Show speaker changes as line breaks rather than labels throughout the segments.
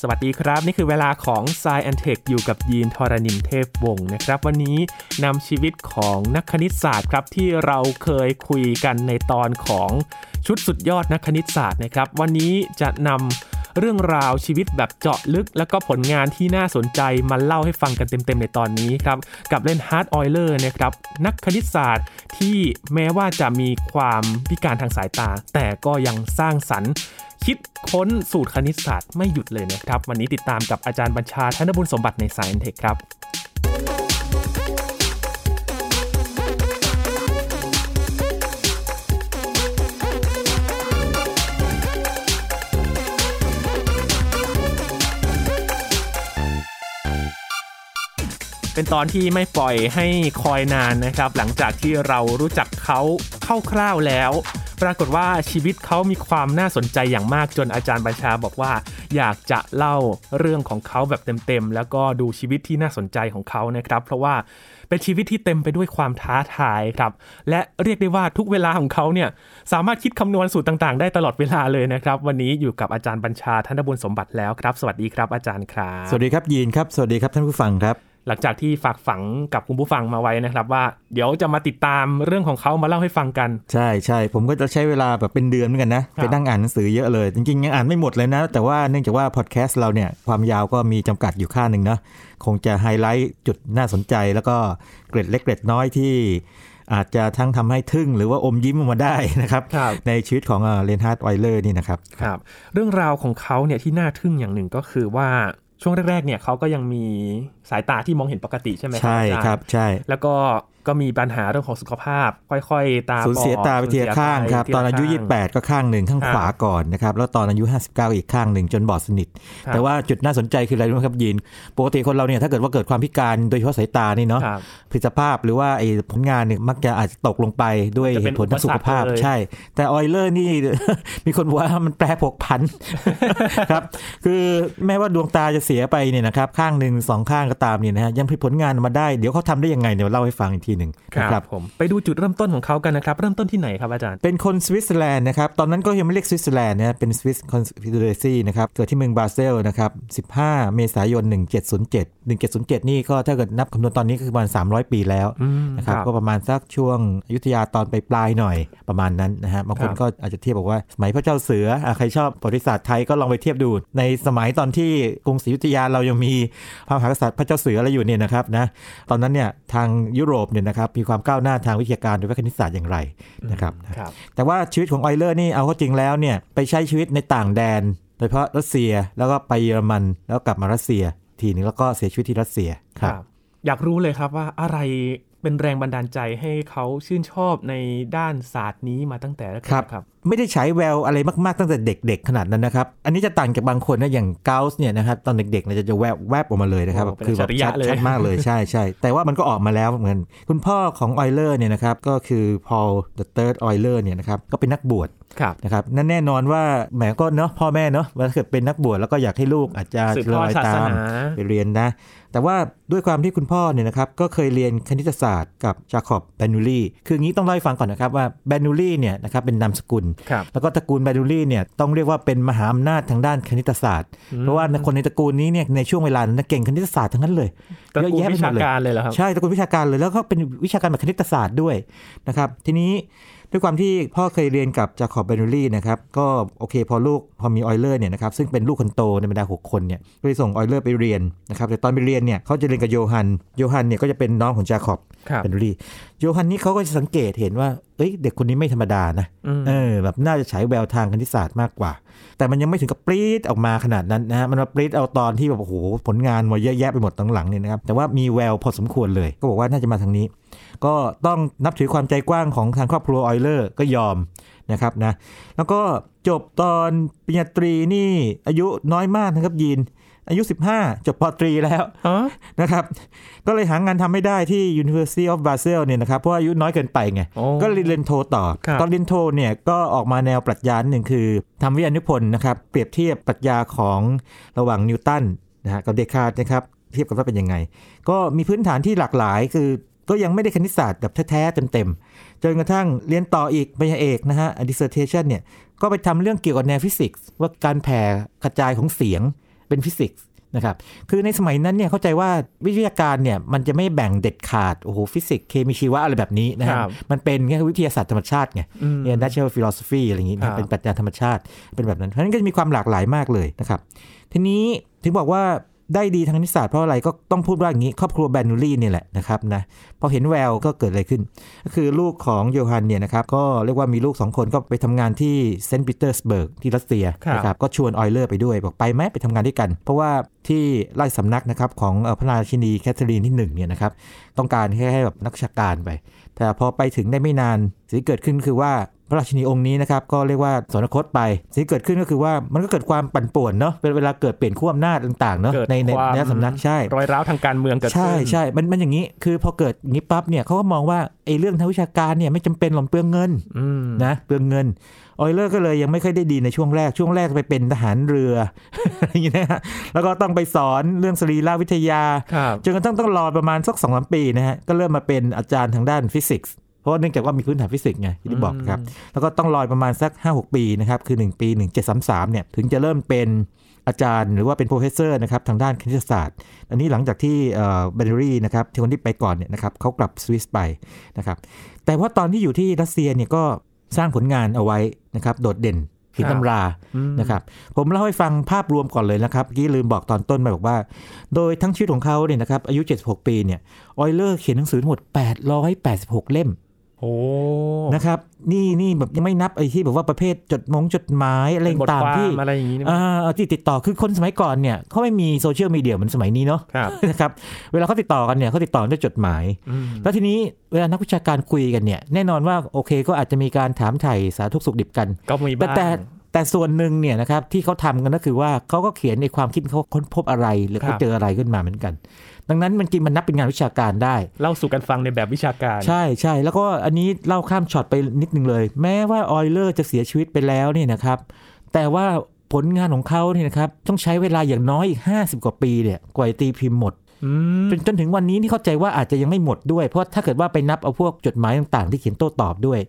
สวัสดีครับ นี่คือเวลาของ s ซ a n t e c h อยู่กับยีนทรณินเทพวงศ์นะครับ วันนี้นำชีวิตของนักคณิตศาสตร์ครับที่เราเคยคุยกันในตอนของชุดสุดยอดนักคณิตศาสตร์นะครับ วันนี้จะนำเรื่องราวชีวิตแบบเจาะลึก แล้วก็ผลงานที่น่าสนใจมาเล่าให้ฟังกันเต็มๆในตอนนี้ครับ กับเล่นฮาร์ดออยเลอร์นะครับนักคณิตศาสตร์ที่แม้ว่าจะมีความพิการทางสายตา แต่ก็ยังสร้างสรรค์ คิดค้นสูตรคณิตศาสตร์ไม่หยุดเลยนะครับ วันนี้ติดตามกับอาจารย์บัญชาธนบุญสมบัติในสายเทคครับ เป็นตอนที่ไม่ปล่อยให้คอยนานนะครับ หลังจากที่เรารู้จักเขาคร่าวๆแล้ว ปรากฏว่าชีวิตเขามีความน่าสนใจอย่างมากจนอาจารย์บัญชาบอกว่า อยากจะเล่าเรื่องของเขาแบบเต็มๆ แล้วก็ดูชีวิตที่น่าสนใจของเขานะครับ เพราะว่าเป็นชีวิตที่เต็มไปด้วยความท้าทายครับ และเรียกได้ว่าทุกเวลาของเขาเนี่ยสามารถคิดคำนวณสูตรต่างๆ ได้ตลอดเวลาเลยนะครับ วันนี้อยู่กับอาจารย์บัญชาธนบุญสมบัติแล้วครับ สวัสดีครับอาจารย์ครับ
สวัสดีครับยีนครับ สวัสดีครับท่านผู้ฟังครับ
หลังจากที่ฝากฝังกับคุณผู้ฟังมาไว้นะครับ ว่าเดี๋ยวจะมาติดตามเรื่องของเขามาเล่าให้ฟังกัน
ใช่ใช่ผมก็จะใช้เวลาแบบเป็นเดือนเหมือนกันนะ
ครับ
ไปนั่งอ่านหนังสือเยอะเลย จริงๆ ยังอ่านไม่หมดเลยนะ แต่ว่าเนื่องจากว่าพอดแคสต์เราเนี่ย ความยาวก็มีจำกัดอยู่ค่าหนึ่งเนาะคงจะไฮไลท์จุดน่าสนใจแล้วก็เกร็ดเล็กเกร็ดน้อยที่ อาจจะทั้งทำให้ทึ่งหรือว่าอมยิ้มออกมาได้นะครับ
ครับ
ในชีวิตของเลนฮาร์ดไวเลอร์นี่นะครับ
ครับ เรื่องราวของเขาเนี่ยที่น่าทึ่งอย่างหนึ่งก็คือว่าช่วงแรกๆเนี่ยเขาก็ยังมีสายตาที่มองเห็นปกติใช่ไหม
ใช่
อาจาย์
ครับใช่
แล้วก็ก็มีปัญหาเรื่องของสุขภาพ ค่อยๆ ตาบอด
สูญเสียตาไปทีละข้างครับ
สูญเสี
ตอนอายุ
ข้ง
28 ก็ข้างหนึ่งข้าง
ครับ
ขวาก่อนนะครับ แล้วตอนอายุ 59 อีกข้างหนึ่งจนบอดสนิท
ครับ
แต่ว่าจุดน่าสนใจคืออะไรรู้ไหมครับยีน ปกติคนเราเนี่ยถ้าเกิดว่าเกิดความพิการโดยเฉพาะสายตานี่เนาะ
ครับ
ผิดสภาพหรือว่าไอ้ผลงานเนี่ยมักจะอาจจะตกลงไปด้วย
จะ
เห
เป็น
ตุผลทางสุขภาพ
อุปสรรคเลย
ใช่ แต่ออยเลอร์นี่ มีคนบอกว่ามันแปรผกผัน ครับคือแม้ว่าดวงตาจะเสียไปเนี่ยนะครับข้างหนึ่งสองข้างก็ตามเนี่ยนะฮะยังผลิตผลงานออกมาได้เดี๋ยวเขาทำได้ยังไงเดี๋ยวเล่าให้ฟังอีกทีหนึ่งนะ
ค
ค
รั
รั
บบ ผมไปดูจุดเริ่มต้นของเขากันนะครับเริ่มต้นที่ไหนครับอาจารย์
เป็นคนสวิตเซอร์แลนด์นะครับ ตอนนั้นก็ยังไม่เรียกสวิตเซอร์แลนด์นะเป็นสวิสคอนฟิเดเรซีนะครับ เกิดที่เมืองบราเซลนะครับ 15 เมษายน 1707 1707 นี่ก็ถ้าเกิดนับคำนวณตอนนี้ก็คือประมาณ 300 ปีแล้ว
อืม
นะครับ
ครับ
ก็ประมาณสักช่วงอยุธยาตอนไปปลายๆหน่อยประมาณนั้นนะฮะบางค
ค
น
รับ
ก็อาจจะเทียบบอกว่าสมัยพระเจ้าเสืออ่ะใครชอบประวัติศาสตร์ไทยก็ลองไปเทียบดู ในสมัยตอนที่กรุงศรีอยุธยาเรายังมีพระมหากษัตริย์พระเจ้าเสืออะไรอยู่เนี่ยนะครับนะ ตอนนั้นเนี่ยทางยุโรปเนี่ยนะครับมีความก้าวหน้าทางวิทยาการโดยวิทยาคณิตศาสตร์อย่างไรนะครับ
ครับ
แต่ว่าชีวิตของออยเลอร์นี่เอาเข้าจริงแล้วเนี่ยไปใช้ชีวิตในต่างแดน โดยเฉพาะรัสเซียแล้วก็ไปเยอรมันแล้วกลับมารัสเซีย ทีนึงแล้วก็เสียชีวิตที่รัสเซียครับ
ครับ อยากรู้เลยครับว่าอะไรเป็นแรงบันดาลใจให้เขาชื่นชอบในด้านศาสตร์นี้มาตั้งแต่แรกๆ
ครับ
ครับ
ไม่ได้ใช้แววอะไรมาก ๆ ตั้งแต่เด็ก ๆ ขนาดนั้นนะครับ อันนี้จะต่างจากบางคนนะอย่างเกาส์เนี่ยนะครับตอนเด็กๆเนี่ยจะแวบแวบออกมาเลยนะครับ
โอ้เป็น
คือแบ
อัจฉ
บ
ริยะ
ชัด
เลย
ชัดมากเลยใช่ใช่แต่ว่ามันก็ออกมาแล้วเหมือนกันคุณพ่อของออยเลอร์เนี่ยนะครับก็คือพอลเดอะเติร์ดออยเลอร์เนี่ยนะครับก็เป็นนักบวช
ครับ
นะครับนั่นแน่นอนว่าแหมก็เนาะพ่อแม่เนาะเวลาเกิดเป็นนักบวชแล้วก็อยากให้ลูกอาจจะ
สืบทอด
เชื่
ศาส
ตาม
นา
ไปเรียนนะ แต่ว่าด้วยความที่คุณพ่อเนี่ยนะครับก็เคยเรียนคณิตศาสตร์กับจาคอบแบนูลีคืองี้ต้องเล่าให้ฟังก่อนนะครับว่าแบนูลีเนี่ยนะครับเป็นนามสกุล
ครับ
แล้วก็ตระกูลแบนูลีเนี่ยต้องเรียกว่าเป็นมหาอำนาจทางด้านคณิตศาสตร์ เพราะว่าคนในตระกูลนี้เนี่ยในช่วงเวลานั้นนะเก่งคณิตศาสตร์ทั้งนั้นเลย
ตระ
เยอะ
กูล
แยะไป
วิ
หม
ชา
ดเลย
การเลยเหรอครับ
ใช่ตระกูลวิชาการเลยแล้วก็เป็นวิชาการแบบคณิตศาสตร์ด้วยนะครับทีนี้ด้วยความที่พ่อเคยเรียนกับจาคอบเบนูลี่นะครับก็โอเคพอลูกพอมีออยเลอร์เนี่ยนะครับซึ่งเป็นลูกคนโตในบรรดา 6 คนเนี่ยก็เลยส่งออยเลอร์ไปเรียนนะครับแต่ตอนไปเรียนเนี่ยเขาจะเรียนกับโยฮันโยฮันเนี่ยก็จะเป็นน้องของจาคอบ
ครับ
เบนูลี่โยฮันนี่เขาก็จะสังเกตเห็นว่าเอ้ยเด็กคนนี้ไม่ธรรมดานะ
อืม
เออแบบน่าจะใช้แววทางคณิตศาสตร์มากกว่า แต่มันยังไม่ถึงกับปรี๊ดออกมาขนาดนั้นนะฮะมันมาปรี๊ดเอาตอนที่แบบโอ้โหผลงานมาเยอะแยะไปหมดตั้งหลังเนี่ยนะครับแต่ว่ามีแววพอสมควรเลย ก็บอกว่าน่าจะมาทางนี้ ก็ต้องนับถือความใจกว้างของทางครอบครัวออยเลอร์ก็ยอมนะครับนะแล้วก็จบตอนปริญญาตรีนี่อายุน้อยมากนะครับยีน อายุ 15 จบปอตรีแล้ว
ฮะ
นะครับ ก็เลยหางานทำไม่ได้ที่ University of Basel เนี่ยนะครับ เพราะว่าอายุน้อยเกินไปไง
โอ้
ก็เลยเรียนโทต่อ
ครับ
ตอนเรียนโทเนี่ยก็ออกมาแนวปรัชญาหนึ่งคือทำวิทยานุพนธ์นะครับ เปรียบเทียบปรัชญาของระหว่างนิวตันนะฮะกับเดคาร์ตนะครับ เทียบกันว่าเป็นยังไง ก็มีพื้นฐานที่หลากหลายคือก็ยังไม่ได้คณิตศาสตร์แบบแท้ๆเต็มๆ จนกระทั่งเรียนต่ออีกปริญญาเอกนะฮะ dissertation เนี่ย ก็ไปทำเรื่องเกี่ยวกับแนวฟิสิกส์ว่าการแผ่กระจายของเสียง เป็นฟิสิกส์นะครับ คือในสมัยนั้นเนี่ยเข้าใจว่าวิทยาการเนี่ยมันจะไม่แบ่งเด็ดขาด โอ้โหฟิสิกส์เคมีชีวะอะไรแบบนี้นะค
ครั
รั
บบ
มันเป็นแค่วิทยาศาสตร์ธรรมชาติไง
อืม
เนี่ย natural philosophy อะไรอย่างนี้นะครั
ครับ
บเป็นปรัชญาธรรมชาติเป็นแบบนั้น เพราะฉะนั้นก็จะมีความหลากหลายมากเลยนะครับ ทีนี้ถึงบอกว่าได้ดีทางนิสสัตเพราะอะไรก็ต้องพูดว่าอย่างนี้ ครอบครัวแบนูลี่เนี่ยแหละนะครับนะพอเห็นแววก็เกิดอะไรขึ้น ก็คือลูกของโยฮันเนี่ยนะครับ ก็เรียกว่ามีลูกสองคนก็ไปทำงานที่เซนต์ปีเตอร์สเบิร์กที่รัสเซีย
ครับ
นะครับก็ชวนออยเลอร์ไปด้วย บอกไปไหมไปทำงานด้วยกัน เพราะว่าที่ราชสำนักนะครับของเอ่อพระราชินีแคทเธอรีนที่หนึ่งเนี่ยนะครับต้องการแค่ให้แบบนักวิชาการไป แต่พอไปถึงได้ไม่นานสิ่งที่เกิดขึ้นคือว่าพระราชินีองค์นี้นะครับก็เรียกว่าสวรรคตไปสิ่งที่เกิดขึ้นก็คือว่ามันก็เกิดความปั่นป่วนเนาะเป็นเวลาเกิดเปลี่ยนขั้วอำนาจต่างๆเนาะ
เกิด
ในใน
ความ
ในสำนักใช่
รอยร้าวทางการเมืองเกิด
ใช่
ขึ้น
ใช่ มันมันอย่างนี้ คือพอเกิดอย่างนี้ปั๊บเนี่ยเขาก็มองว่าไอ้เรื่องทางวิชาการเนี่ยไม่จำเป็นหรอกเปลืองเงิน
อืม
นะ เปลืองเงิน ออยเลอร์ก็เลยยังไม่ค่อยได้ดีในช่วงแรก ช่วงแรกไปเป็นทหารเรือ อะไรอย่างเงี้ยนะฮะแล้วก็ต้องไปสอนเรื่องสรีรวิทยา
ครับ
จนกระทั่งต้องรอประมาณสักสองสามปีนะฮะ ก็เริ่มมาเป็นอาจารย์ทางด้านฟิสิกส์ เพราะว่าเนื่องจากว่ามีพื้นฐานฟิสิกส์ไงที่ได้บอกนะครับ แล้วก็ต้องรอยประมาณสัก 5-6 ปีนะครับ คือ 1 ปี 1733เนี่ยถึงจะเริ่มเป็นอาจารย์หรือว่าเป็นโปรเฟสเซอร์นะครับทางด้านคณิตศาสตร์ อันนี้หลังจากที่เบนเดอรี่อ Benary นะครับที่คนที่ไปก่อนเนี่ยนะครับเขากลับสวิสไปนะครับแต่ว่าตอนที่อยู่ที่รัสเซียเนี่ยก็สร้างผลงานเอาไว้นะครับโดดเด่นผิด
ครับ
ตำรา
อืม
นะครับผมเล่าให้ฟังภาพรวมก่อนเลยนะครับเมื่อกี้ลืมบอกตอนต้นไปบอกว่า โดยทั้งชีวิตของเขาเนี่ยนะครับอายุ 76 ปีเนี่ยออยเลอร์เขียนหนังสือทั้งหมด 886 เล่ม
โอ้
นะครับนี่นี่แบบยังไม่นับไอ้ที่แบบว่าประเภทจดหมงจดหมายอะไร
เป็นบท
ต่าง
ควา
ๆที่
มอะไรอย่างนี้นะ
อ่าที่ติดต่อคือคนสมัยก่อนเนี่ยเขาไม่มีโซเชียลมีเดียเหมือนสมัยนี้เนาะ
ครับ
นะครับเวลาเขาติดต่อกันเนี่ยเขาติดต่อด้วยจดหมาย
อืม
แล้วทีนี้เวลานักวิชาการคุยกันเนี่ยแน่นอนว่าโอเคก็อาจจะมีการถามไถ่สารทุกข์สุขดิบกัน
ก็มี
แต่
บ้าง
แต่แต่ส่วนหนึ่งเนี่ยนะครับที่เขาทำกันก็คือว่าเขาก็เขียนในความคิดเขาค้นพบอะไรหรือ
ครั
เขา
บ
เจออะไรขึ้นมาเหมือนกัน ดังนั้นมันจริงมันนับเป็นงานวิชาการได้
เล่าสู่กันฟังในแบบวิชาการ
ใช่ใช่แล้วก็อันนี้เล่าข้ามช็อตไปนิดนึงเลย แม้ว่าออยเลอร์จะเสียชีวิตไปแล้วเนี่ยนะครับแต่ว่าผลงานของเขาเนี่ยนะครับต้องใช้เวลาอย่างน้อยอีก 50 กว่าปีเนี่ยกว่าจะตีพิมพ์หมด
อืม
จนจนถึงวันนี้ที่เข้าใจว่าอาจจะยังไม่หมดด้วย เพราะถ้าเกิดว่าไปนับเอาพวกจดหมายต่างๆ ที่เขียนโต้ตอบด้วย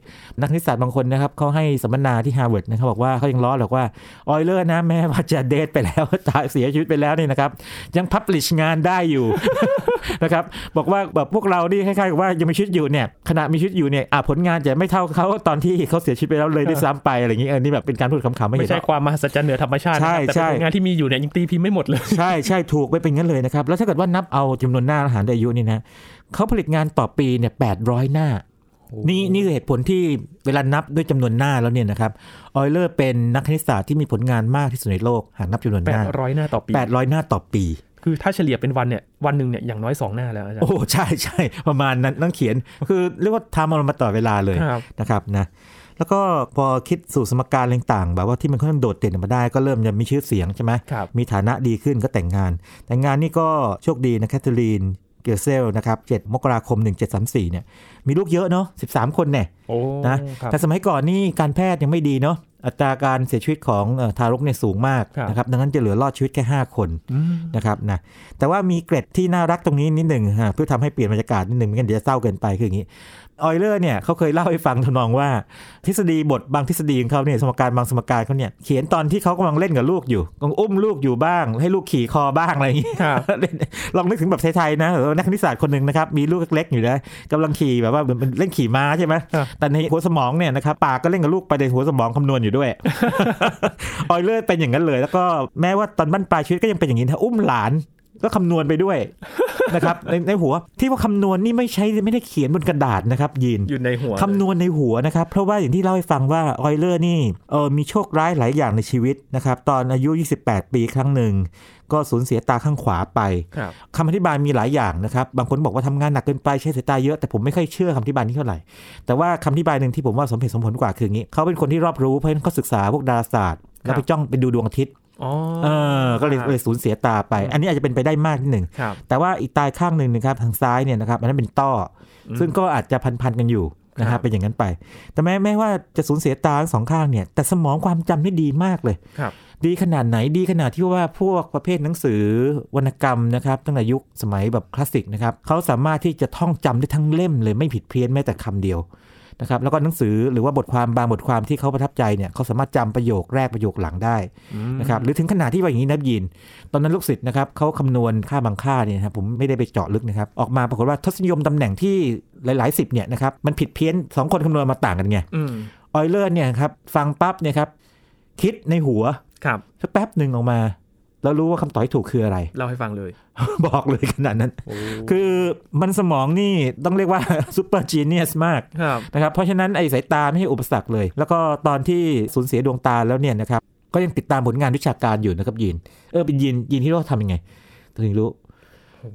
นักนิสสัตบางคนนะครับเขาให้สัมมนาที่ฮาร์วาร์ดนะครับบอกว่าเขายังล้อหรอกว่าออยเลอร์นะแม้ว่าจะเดทไปแล้ว ตายเสียชีวิตไปแล้วเนี่ยนะครับ ยังพับลิชงานได้อยู่ นะครับบอกว่าแบบพวกเรานี่คล้ายๆกับว่ายังมีชีวิตอยู่เนี่ยขณะมีชีวิตอยู่เนี่ยอาจผลงานจะไม่เท่าเขาตอนที่เขาเสียชีวิตไปแล้วเลยด้วยซ้ำไปอะไรอย่างนี้เออนี่แบบเป็นการพูดขำๆไม่เห็
ไม่
นหร
ใช่
อก
ความมหัศจรรย์เหนือธรรมชาตินะครับ
ใช่
แต่เป็น
ใช่
ผลงานที่มีอยู่เนี่ยยังตีพิมพ์ไม่หมดเลย
ใช่ใช่ถูกไปเป็นงั้นเลยนะครับ แล้วถ้าเกิดว่านับเอาจำนวนหน้าอาหารด้วยอายุนี่นะเขาผลิตงานต่อปีเนี่ยแปดร้อยหน้า นี่นี่คือเหตุผลที่เวลานับด้วยจำนวนหน้าแล้วเนี่ยนะครับออยเลอร์เป็นนักคณิตศาสตร์ที่มีผลงานมากที่สุดในโลก หากนับจำนวนหน้า
800 หน้าต่อปี
800 หน้าต่อปี
คือถ้าเฉลี่ยเป็นวันเนี่ย วันหนึ่งเนี่ยอย่างน้อย 2 หน้าแล้วอาจาร
โอ้
ย์
โหใช่ใช่ประมาณนั้นต้องเขียน คือเรียกว่าทำมันมาต่อเวลาเลย
ครับ
นะครับนะแล้วก็พอคิดสู่สมการอะไรต่างๆ แบบว่าที่มันค่อนข้างโดดเด่นออกมาได้ก็เริ่มจะมีชื่อเสียงใช่ไหม
ครับ
มีฐานะดีขึ้นก็แต่งงาน แต่งงานนี่ก็โชคดีนะแคทเธอรีนเกลเซลนะครับ7มกราคม 1734เนี่ยมีลูกเยอะเนาะ13 คนเนี่ย
โอ้
นะครับ แต่สมัยก่อนนี่การแพทย์ยังไม่ดีเนาะอัตราการเสียชีวิตของเอ่อทารกเนี่ยสูงมาก
ครับ
นะครับดังนั้นจะเหลือรอดชีวิตแค่ 5 คน
อืม
นะครับนะแต่ว่ามีเกร็ดที่น่ารักตรงนี้นิดหนึ่งฮะเพื่อทำให้เปลี่ยนบรรยากาศนิดหนึ่งไม่งั้นเดี๋ยวจะเศร้าเกินไปคืออย่างนี้ออยเลอร์เนี่ยเขาเคยเล่าให้ฟังทำนองว่า ทฤษฎีบทบางทฤษฎีของเขาเนี่ยสมการบางสมการเขาเนี่ยเขียนตอนที่เขากำลังเล่นกับลูกอยู่กำลังอุ้มลูกอยู่บ้าง ให้ลูกขี่คอบ้างอะไรอย่างเงี้ย
ครับ
เล่นลองนึกถึงแบบไทยๆนะแบบว่านักคณิตศาสตร์คนหนึ่งนะครับมีลูกเล็กๆอยู่นะกำลังขี่แบบว่าเหมือนเล่นขี่ม้าใช่ไหม
ครับ
แต่ในหัวสมองเนี่ยนะครับปากก็เล่นกับลูกไปในหัวสมองคำนวณอยู่ด้วย ออยเลอร์เป็นอย่างนั้นเลย แล้วก็แม้ว่าตอนบั้นปลายชีวิตก็ยังเป็นอย่างนี้นะอุ้มหลานก็คำนวณไปด้วย นะครับในในหัวที่ว่าคำนวณนี่ไม่ใช่ไม่ได้เขียนบนกระดาษนะครับยีน
อยู่ในหัว
คำนวณในหัวนะครับ เพราะว่าอย่างที่เล่าให้ฟังว่าออยเลอร์นี่เออมีโชคร้ายหลายอย่างในชีวิตนะครับ ตอนอายุ 28 ปีครั้งหนึ่ง ก็สูญเสียตาข้างขวาไป
ครับ
คำอธิบายมีหลายอย่างนะครับ บางคนบอกว่าทำงานหนักเกินไปใช้สายตาเยอะแต่ผมไม่ค่อยเชื่อคำอธิบายนี้เท่าไหร่ แต่ว่าคำอธิบายหนึ่งที่ผมว่าสมเหตุสมผลกว่าคืออย่างนี้ เขาเป็นคนที่รอบรู้เพราะฉะนั้นเขาศึกษาพวกดาราศาสตร์ แล้วไปจ้องไปดูดวงอาทิตย์
อ๋อ
เออก็เลยเลยสูญเสียตาไป อันนี้อาจจะเป็นไปได้มากนิดหนึ่ง
ครับ
แต่ว่าอีกตายข้างหนึ่งนะครับทางซ้ายเนี่ยนะครับอันนั้นเป็นต้ออซึ่งก็อาจจะพันๆกันอยู่นะ
ครั
ฮะ
บ
เป็นอย่างนั้นไป แต่แม้แม้ว่าจะสูญเสียตาทั้งสองข้างเนี่ยแต่สมองความจำนี่ดีมากเลย
ครับ
ดีขนาดไหนดีขนาดที่ว่าพวกประเภทหนังสือวรรณกรรมนะครับตั้งแต่ยุคสมัยแบบคลาสสิกนะครับเขาสามารถที่จะท่องจำได้ทั้งเล่มเลยไม่ผิดเพี้ยนแม้แต่คำเดียว นะครับแล้วก็หนังสือหรือว่าบทความบางบทความที่เขาประทับใจเนี่ยเขาสามารถจำประโยคแรกประโยคหลังได้นะครับหรือถึงขนาดที่ว่าอย่างนี้นะยิน ตอนนั้นลูกศิษย์นะครับเขาคำนวณค่าบางค่าเนี่ยนะครับผมไม่ได้ไปเจาะลึกนะครับออกมาปรากฏว่าทศนิยมตำแหน่งที่หลาย ๆ สิบเนี่ยนะครับมันผิดเพี้ยนสองคนคำนวณมาต่างกันไง
อืม
ออยเลอร์เนี่ยครับฟังปั๊บเนี่ยครับคิดในหัว
ครับ
สักแป๊บหนึ่งออกมา แล้วรู้ว่าคำตอบที่ถูกคืออะไร
เล่าให้ฟังเลย
บอกเลยขนาดนั้น
คือ
คือมันสมองนี่ต้องเรียกว่า ซูเปอร์จีเนียสมาก
ครับ
นะครับเพราะฉะนั้นไอ้สายตาไม่ใช่อุปสรรคเลย แล้วก็ตอนที่สูญเสียดวงตาแล้วเนี่ยนะครับ ก็ยังติดตามผลงานวิชาการอยู่นะครับยิน เออเป็นยินยินที่เราทำยังไงถึงรู้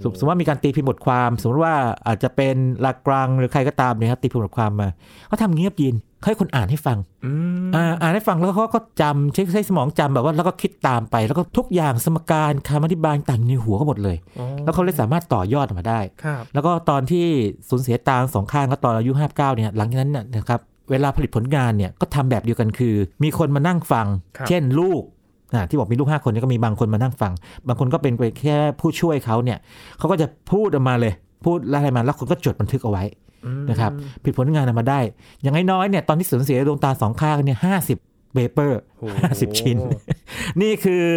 สมสมมติว่ามีการตีพิมพ์บทความ สมมติว่าอาจจะเป็นลากรังหรือใครก็ตามเนี่ยครับตีพิมพ์บทความมาเขาทำเงียบยินเขาให้คนอ่านให้ฟัง
อืม
อ่าอ่านให้ฟังแล้วเขาก็จำใช้ใช้สมองจำแบบว่าแล้วก็คิดตามไป แล้วก็ทุกอย่างสมการคำอธิบายต่างอยู่ในหัวเขาหมดเลย
อ๋อ
แล้วเขาเลยสามารถต่อยอดออกมาได้
ครับ
แล้วก็ตอนที่สูญเสียตาสองข้างก็ตอนอายุ 59เนี่ยหลังจากนั้นน่ะนะครับเวลาผลิตผลงานเนี่ยก็ทำแบบเดียวกันคือ มีคนมานั่งฟัง
ครับ
เช่นลูกอ่าที่บอกมีลูก 5 คนเนี่ยก็มีบางคนมานั่งฟัง บางคนก็เป็นแค่ผู้ช่วยเขาเนี่ยเขาก็จะพูดออกมาเลย พูดอะไรมาแล้วคนก็จดบันทึกเอาไว้
อืม
นะครับผลิตผลงานออกมาได้ อย่างน้อยๆเนี่ยตอนที่สูญเสียดวงตาสองข้างเนี่ยห้าสิบเปเปอร์
โอ้โ
ห้าสิบชิ้น นี่คือ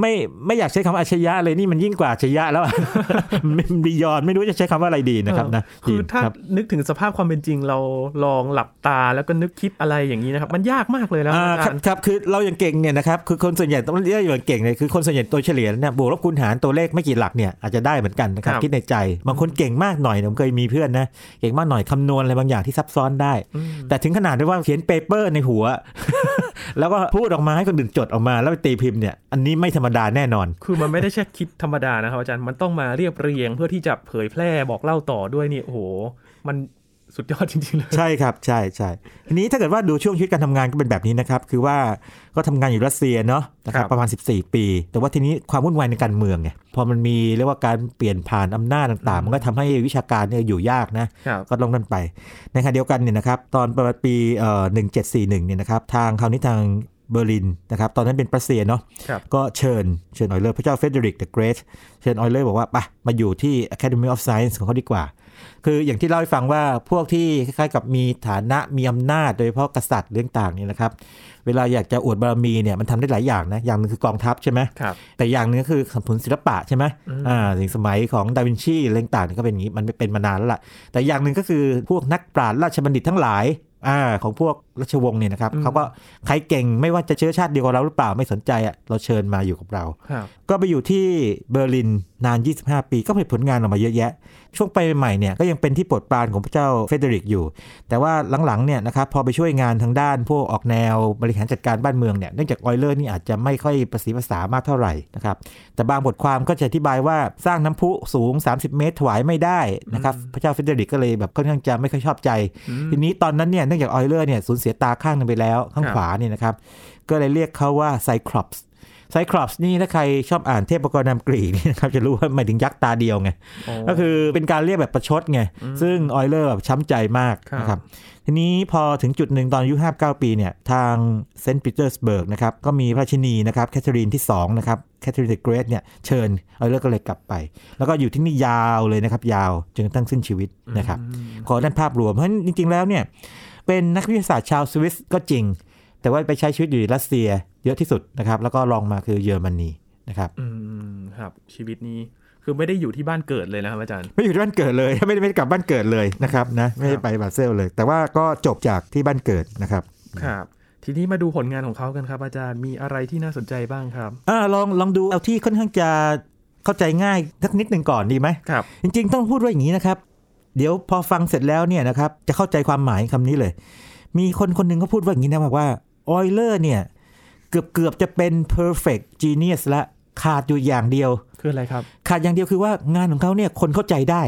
ไม่ไม่อยากใช้คำว่าอาชญะเลยนี่มันยิ่งกว่าอาชญะแล้วอะ มันบียอนไม่รู้จะใช้คำว่าอะไรดีนะครับนะ
คือถ้า
ครับ
นึกถึงสภาพความเป็นจริงเราลองหลับตาแล้วก็นึกคิดอะไรอย่างนี้นะครับ มันยากมากเลยนะ
อ่า
อา
ครั
จา
บ
รย์
ครับคือเราอย่างเก่งเนี่ยนะครับคือคนส่วนใหญ่ต้องเรียกอย่างเก่งเลยคือคนส่วนใหญ่ตัวเฉลี่ยเนี่ยบวกลบคูณหารตัวเลขไม่กี่หลักเนี่ยอาจจะได้เหมือนกันนะครับคิดในใจบางคนเก่งมากหน่อยเนี่ยผมเคยมีเพื่อนนะเก่งมากหน่อยคำนวณอะไรบางอย่างที่ซับซ้อนได้
อืม
แต่ถึงขนาดที่ว่าเขียนเปเปอร์ในหัว แล้วก็พูดออกมาให้คนอื่นจดออกมาแล้วไปตีพิมพ์เนี่ยอันนี้ไม่ธรรมดาแน่นอน
คือมันไม่ได้แค่คิดธรรมดานะครับอาจารย์มันต้องมาเรียบเรียงเพื่อที่จะเผยแพร่บอกเล่าต่อด้วยนี่โอ้โห มันสุดยอดจริงๆเลย
ใช่ครับ ใช่ใช่ทีนี้ถ้าเกิดว่าดูช่วงชีวิตการทำงานก็เป็นแบบนี้นะครับ คือว่าก็ทำงานอยู่รัสเซียเนาะนะค
ค
รั
รับ บ
ประมาณ 14 ปี แต่ว่าทีนี้ความวุ่นวายในการเมืองไงพอมันมีเรียกว่าการเปลี่ยนผ่านอำนาจต่างๆ มันก็ทำให้วิชาการเนี่ยอยู่ยากนะ
ครับ
ก็ลงนั่นไป ในขณะเดียวกันเนี่ยนะครับตอนประมาณปีเอ่อ1741เนี่ยนะครับทางคราวนี้ทางเบอร์ลินนะครับตอนนั้นเป็นปรัสเซียเนาะ
ครับ
ก็เชิญเชิญออยเลอร์พระเจ้าเฟเดริกเดอะเกรทเชิญออยเลอร์บอกว่าไปมาอยู่ที่ Academy of Science ของเขาดีกว่า คืออย่างที่เล่าให้ฟังว่าพวกที่คล้ายๆกับมีฐานะมีอำนาจโดยเฉพาะกษัตริย์เรื่องต่างๆเนี่ยนะครับเวลาอยากจะอวดบารมีเนี่ยมันทำได้หลายอย่างนะอย่างหนึงคือกองทัพใช่ไหม
ครับ
แต่อย่างหนึงก็คือผลศิลปะใช่ไหมอ่าถึงสมัยของดาวินชีอะไรต่างๆเนี่ยก็เป็นอย่างนี้มันเป็นมานานแล้วล่ะ แต่อย่างหนึ่งก็คือพวกนักปราชญ์ราชบัณฑิตทั้งหลายอ่าของพวกราชวงศ์เนี่ยนะครับ
อืม
เขาก็ใครเก่งไม่ว่าจะเชื้อชาติเดียวกับเราหรือเปล่าไม่สนใจอ่ะเราเชิญมาอยู่กับเรา
ครับ
ก็ไปอยู่ที่เบอร์ลินนาน 25 ปีก็ผลิตผลงานออกมาเยอะแยะ ช่วงไปใหม่ๆเนี่ยก็ยังเป็นที่โปรดปรานของพระเจ้าเฟเดริกอยู่ แต่ว่าหลังๆเนี่ยนะครับพอไปช่วยงานทางด้านพวกออกแนวบริหารจัดการบ้านเมืองเนี่ยเนื่องจากออยเลอร์นี่อาจจะไม่ค่อยประสีภาษามากเท่าไหร่นะครับแต่บางบทความก็จะอธิบายว่าสร้างน้ำพุสูง 30 เมตรถวายไม่ได้นะครับพระเจ้าเฟเดริกก็เลยแบบค่อนข้างจะไม่ค่อยชอบใจ
อืม
ทีนี้ตอนนั้นเนี่ยเนื่องจากออยเลอร์เนี่ยสูญเสียตาข้างหนึงไปแล้วข้างขวาเนี่ยนะครับก็เลยเรียกเขาว่าไซคลอปส์ไซคลอปส์นี่ถ้าใครชอบอ่านเทพกรนามกรีกเนี่ยนะครับจะรู้ว่าหมายถึงยักษ์ตาเดียวไง
โอ้
ก็คือเป็นการเรียกแบบประชดไง ซึ่งออยเลอร์แบบช้ำใจมาก
ครับ
นะครับ ทีนี้พอถึงจุดหนึ่งตอนอายุ 59 ปีเนี่ยทางเซนต์ปีเตอร์สเบิร์กนะครับก็มีพระราชินีนะครับแคทเธอรีนที่ 2 นะครับแคทเธอรีนเดอะเกรทเนี่ยเชิญออยเลอร์ก็เลยกลับไป แล้วก็อยู่ที่นี่ยาวเลยนะครับยาวจนกระทั่งสิ้นชีวิตนะครับ ขอด้านภาพรวมเพราะฉะนั้นจริง ๆ แล้วเนี่ยเป็นนักวิทยาศาสตร์ชาวสวิสก็จริง แต่ว่าไปใช้ชีวิตอยู่รัสเซียเยอะที่สุดนะครับแล้วก็รองมาคือเยอรมนีนะครับ
อืมครับชีวิตนี้คือไม่ได้อยู่ที่บ้านเกิดเลยนะครับอาจารย์
ไม่อยู่ที่บ้านเกิดเลย ไม่ได้ไม่ได้กลับบ้านเกิดเลยนะครับนะไม่ได้ไปบราเซลเลย แต่ว่าก็จบจากที่บ้านเกิดนะครับ
ครับทีนี้มาดูผลงานของเขากันครับอาจารย์มีอะไรที่น่าสนใจบ้างครับ
อ่าลองลองดูเอาที่ค่อนข้างจะเข้าใจง่ายสักนิดหนึ่งก่อนดีไหม
ครับ
จริงๆ ต้องพูดว่าอย่างนี้นะครับ เดี๋ยวพอฟังเสร็จแล้วเนี่ยนะครับจะเข้าใจความหมายคำนี้เลย มีคนคนหนึ่งก็พูดว่าอย่างนี้นะบอกว่าออยเลอร์เนี่ยเกือบเกือบจะเป็น perfect genius ละขาดอยู่อย่างเดียว
คืออะไรครับ
ขาดอย่างเดียวคือว่างานของเขาเนี่ยคนเข้าใจได้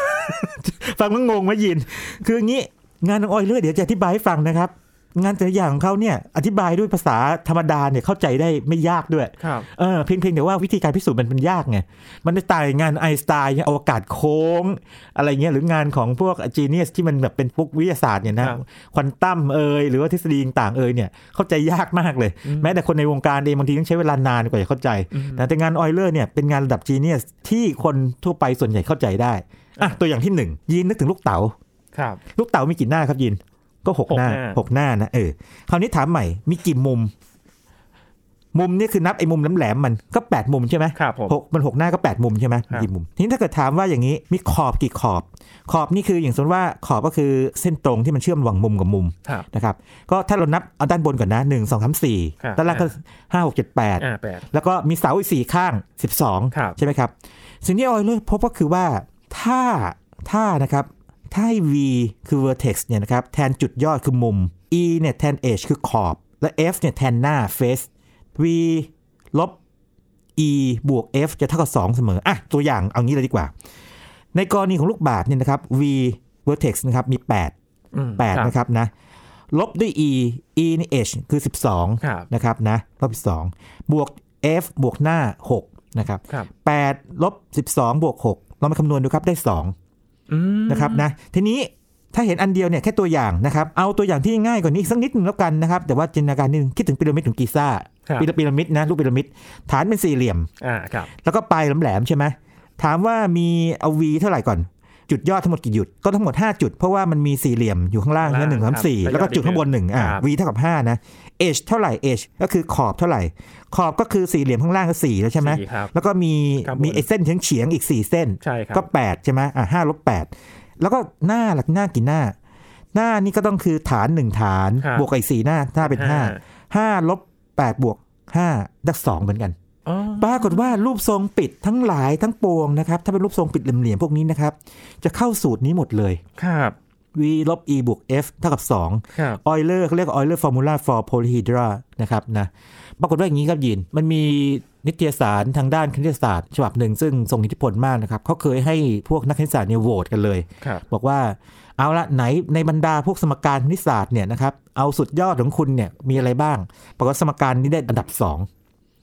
ฟังมันงงไหมายิน คืออย่างนี้งานของออยเลอร์เดี๋ยวจะอธิบายให้ฟังนะครับ งานแต่ละอย่างของเขาเนี่ยอธิบายด้วยภาษาธรรมดาเนี่ยเข้าใจได้ไม่ยากด้วย
ครับ
เออเพียงเพียงแต่ว่าวิธีการพิสูจน์มันมันยากไง มันจะต่างงานไอน์สไตน์เนี่ยอวกาศโค้ง อะไรเงี้ยหรืองานของพวกจีเนียสที่มันแบบเป็นพวกวิทยาศาสตร์เนี่ยนะครับควอนตัมเอยหรือว่าทฤษฎีต่างๆเอยเนี่ยเข้าใจยากมากเลย แม้แต่คนในวงการเองบางทีต้องใช้เวลานานกว่าจะเข้าใจ
อืม
นะแต่งานออยเลอร์เนี่ยเป็นงานระดับจีเนียสที่คนทั่วไปส่วนใหญ่เข้าใจได้อ่ะตัวอย่างที่หนึ่งยีนนึกถึงลูกเต๋า
ครับ
ลูกเต๋ามีกี่หน้าครับยิน ก็หก
หก
หน้า
หน้า
หกหน้านะเออคราวนี้ถามใหม่มีกี่มุม มุมนี่คือนับไอ้มุมแหลมๆมันก็แปดมุมใช่ไหม
ครับผม
หกมันหกหน้าก็แปดมุมใช่ไหม
ครับ
กี่มุมทีนี้ถ้าเกิดถามว่าอย่างนี้มีขอบกี่ขอบ ขอบนี่คืออย่างสมมติว่าขอบก็คือเส้นตรงที่มันเชื่อมระหว่างมุมกับมุม
ครับ
นะครับก็ถ้าเรานับเอาด้านบนก่อนนะหนึ่งสองสามสี่
ครับ
ด้านล่างก็ห้าหกเจ็ดแปด
อ่าแปด
แล้วก็มีเสาอีกสี่ข้างสิบสอง
ครับ
ใช่ไหมครับ สิ่งที่ออยเลอร์พบก็คือว่าถ้าถ้านะครับถ้าให้ v คือ vertex เนี่ยนะครับแทนจุดยอดคือมุม e เนี่ยแทน edge คือขอบ และ f เนี่ยแทนหน้า face v ลบ e บวก f จะเท่ากับ 2 เสมอ อ่ะ ตัวอย่างเอางี้เลยดีกว่า ในกรณีของลูกบาศก์เนี่ยนะครับ v vertex นะครับ มี 8
อืม
8 นะครับนะ ลบด้วย e e นี่ h คือ
ครับ
12 นะครับนะ ลบ12บวก f บวกหน้า 6 นะครับ
ครับ
8 ลบ 12 บวก 6 เรามาคำนวณดูครับ ได้ 2
อืม
นะครับนะ ทีนี้ถ้าเห็นอันเดียวเนี่ยแค่ตัวอย่างนะครับ เอาตัวอย่างที่ง่ายกว่านี้อีกสักนิดหนึงแล้วกันนะครับ แต่ว่าจินตนาการนิดนึงคิดถึงพีระมิดของกีซ่า
ครับ
พีระมิดนะรูปพีระมิด ฐานเป็นสี่เหลี่ยม
อ่าครับ
แล้วก็ปลายแหลมๆใช่ไหมถามว่ามีเอา V เท่าไหร่ก่อน จุดยอดทั้งหมดกี่จุด ก็ทั้งหมด 5 จุด เพราะว่ามันมีสี่เหลี่ยมอยู่ข้างล่าง
ข้างล่าง
นะหนึ่งสามสี่
ครับ
แล้วก็จุดข้างบนหนึ่งอ่า
ครับ
V เท่ากับ 5 นะ H เท่าไหร่ H ก็คือขอบเท่าไหร่ ขอบก็คือสี่เหลี่ยมข้างล่างก็สี่แล้วใช่ไหม
สี่ครับ
แล้วก็มี
ครับ
มี
ผม
ไอ้เส้นเฉียงๆอีกสี่เส้น
ใช่ครับ
ก็ 8 ใช่ไหมอ่ะห้าลบแปดแล้วก็หน้าหลักหน้ากี่หน้า หน้านี่ก็ต้องคือฐานหนึ่งฐาน
ครับ
บวกกับอีกสี่หน้าหน้าเป็นห้าห้าลบแปดบวกห้าได้สองเหมือนกัน
อ๋อ
ปรากฏว่ารูปทรงปิดทั้งหลายทั้งปวงนะครับ ถ้าเป็นรูปทรงปิดเหลี่ยมๆพวกนี้นะครับ จะเข้าสูตรนี้หมดเลย
ครับ
v ลบ e บวก f เท่ากับ2
ครับ
Euler เขาเรียก Euler formula for polyhedra นะครับนะปรากฏว่าอย่างนี้ครับยิน มันมีนิตยสารทางด้านคณิตศาสตร์ ฉบับหนึ่งซึ่งทรงอิทธิพลมากนะครับเขาเคยให้พวกนักคณิตศาสตร์เนี่ยโหวตกันเลย
ครับ
บอกว่าเอาละไหนในบรรดาพวกสมการคณิตศาสตร์เนี่ยนะครับเอาสุดยอดของคุณเนี่ยมีอะไรบ้างปรากฏว่าสมการนี้ได้อันดับสอง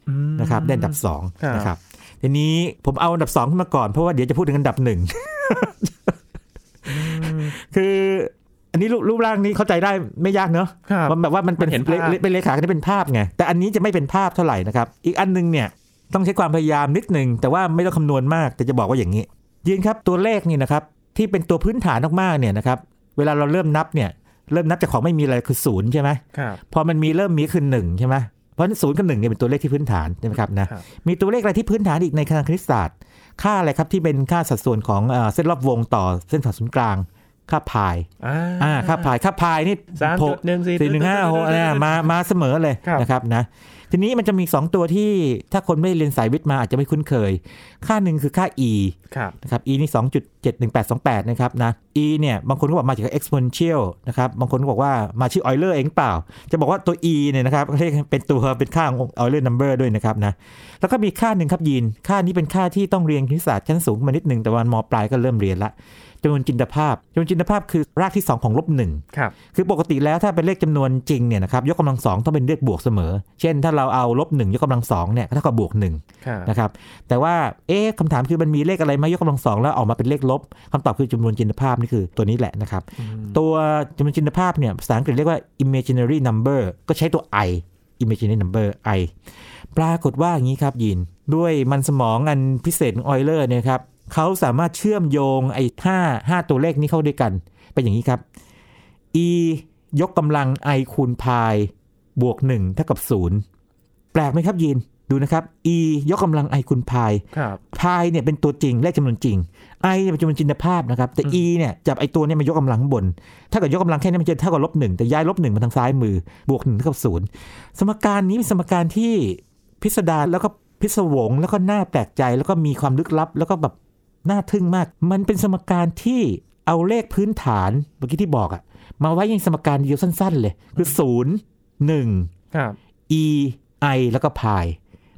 อืม
นะครับได้อันดับสอง
ครับ
นะครับทีนี้ผมเอาอันดับสองขึ้นมาก่อนเพราะว่าเดี๋ยวจะพูดถึงอันดับหนึ่ง คืออันนี้รูปรูปร่างนี้เข้าใจได้ไม่ยากเนอะ
ครับ
มันแบบว่ามันเป็น
มันเห็นภาพ
เลเป็นเลขาคณิตเป็นภาพไงแต่อันนี้จะไม่เป็นภาพเท่าไหร่นะครับ อีกอันหนึงเนี่ยต้องใช้ความพยายามนิดหนึ่งแต่ว่าไม่ต้องคำนวณมากแต่จะบอกว่าอย่างนี้ ยืนครับตัวเลขนี่นะครับที่เป็นตัวพื้นฐานมากๆเนี่ยนะครับเวลาเราเริ่มนับเนี่ยเริ่มนับจากของไม่มีอะไรคือศูนย์ใช่ไหม
ครับ
พอมันมีเริ่มมีคือหนึ่งใช่ไหมเพราะฉะนั้นศูนย์กับหนึ่งเนี่ยเป็นตัวเลขที่พื้นฐานใช่ไหมครับนะครับ มีตัวเลขอะไรที่พื้นฐานอีกในทางคณิตศาสตร์ ค่าอะไรครับที่เป็นค่าสัดส่วนของเอ่อเส้นรอบวงต่อเส้นผ่าศูนย์กลาง ค่าพาย
อ่า
อ่าค่าพายค่าพายนี่
สามจุดหนึ่งสี่
สี่หนึ่งห้าหกมามาเสมอเลย
ครับ
นะครับนะทีนี้มันจะมี 2 ตัวที่ถ้าคนไม่เรียนสายวิทย์มาอาจจะไม่คุ้นเคย ค่าหนึ่งคือค่า e
ครับ
นะครับ e นี่ 2.71828 นะครับนะ e เนี่ย บางคนก็บอกมาจาก exponential นะครับ บางคนก็บอกว่ามาชื่อ Euler เองเปล่า จะบอกว่าตัว e เนี่ยนะครับเรียกเป็นตัวเป็นค่าของ Euler number ด้วยนะครับนะ แล้วก็มีค่าหนึ่งครับยีน ค่านี้เป็นค่าที่ต้องเรียนคณิตศาสตร์ชั้นสูงมานิดหนึ่งแต่วันมปลายก็เริ่มเรียนละจำนวนจินตภาพจำนวนจินตภาพคือรากที่ 2 ของลบหนึ่ง
ครับ
คือปกติแล้วถ้าเป็นเลขจำนวนจริงเนี่ยนะครับยกกำลังสองต้องเป็นเลขบวกเสมอ เช่น ถ้าเราเอาลบหนึ่งยกกำลังสองเนี่ยก็เท่ากับบวกหนึ่ง
ครับ
นะครับแต่ว่าเอ๊ะคำถามคือมันมีเลขอะไรไหมยกกำลังสองแล้วออกมาเป็นเลขลบคำตอบคือจำนวนจินตภาพนี่คือตัวนี้แหละนะครับ ตัวจำนวนจินตภาพเนี่ยภาษาอังกฤษเรียกว่า imaginary number ก็ใช้ตัว i imaginary number i ปรากฏว่าอย่างนี้ครับยิน ด้วยมันสมองอันพิเศษของออยเลอร์เนี่ยครับเขาสามารถเชื่อมโยงไอ้ห้าห้าตัวเลขนี้เข้าด้วยกัน เป็นอย่างนี้ครับ e ยกกำลัง i คูณ pi บวก1เท่ากับ0แปลกไหมครับยินดูนะครับ e ยกกำลัง i คูณ pi
ครับ
pi เนี่ยเป็นตัวจริงเลขจำนวนจริง i เนี่ยเป็นจำนวนจินตภาพนะครับ แต่ e เนี่ยจับไอตัวเนี่ยมายกกำลังข้างบน ถ้าเกิดยกกำลังแค่นี้มันจะเท่ากับลบหนึ่งแต่ย้ายลบหนึ่งมาทางซ้ายมือบวกหนึ่งเท่ากับศูนย์สมการนี้เป็นสมการที่พิสดารแล้วก็พิศวงแล้วก็น่าแปลกใจแล้วก็มีความลึกลับ แล้วก็แบบน่าทึ่งมาก มันเป็นสมการที่เอาเลขพื้นฐานเมื่อกี้ที่บอกอะมาไว้ในสมการเดียวสั้น ๆ เลยคือศูนย์หนึ่ง
ครับ
e i แล้วก็ pi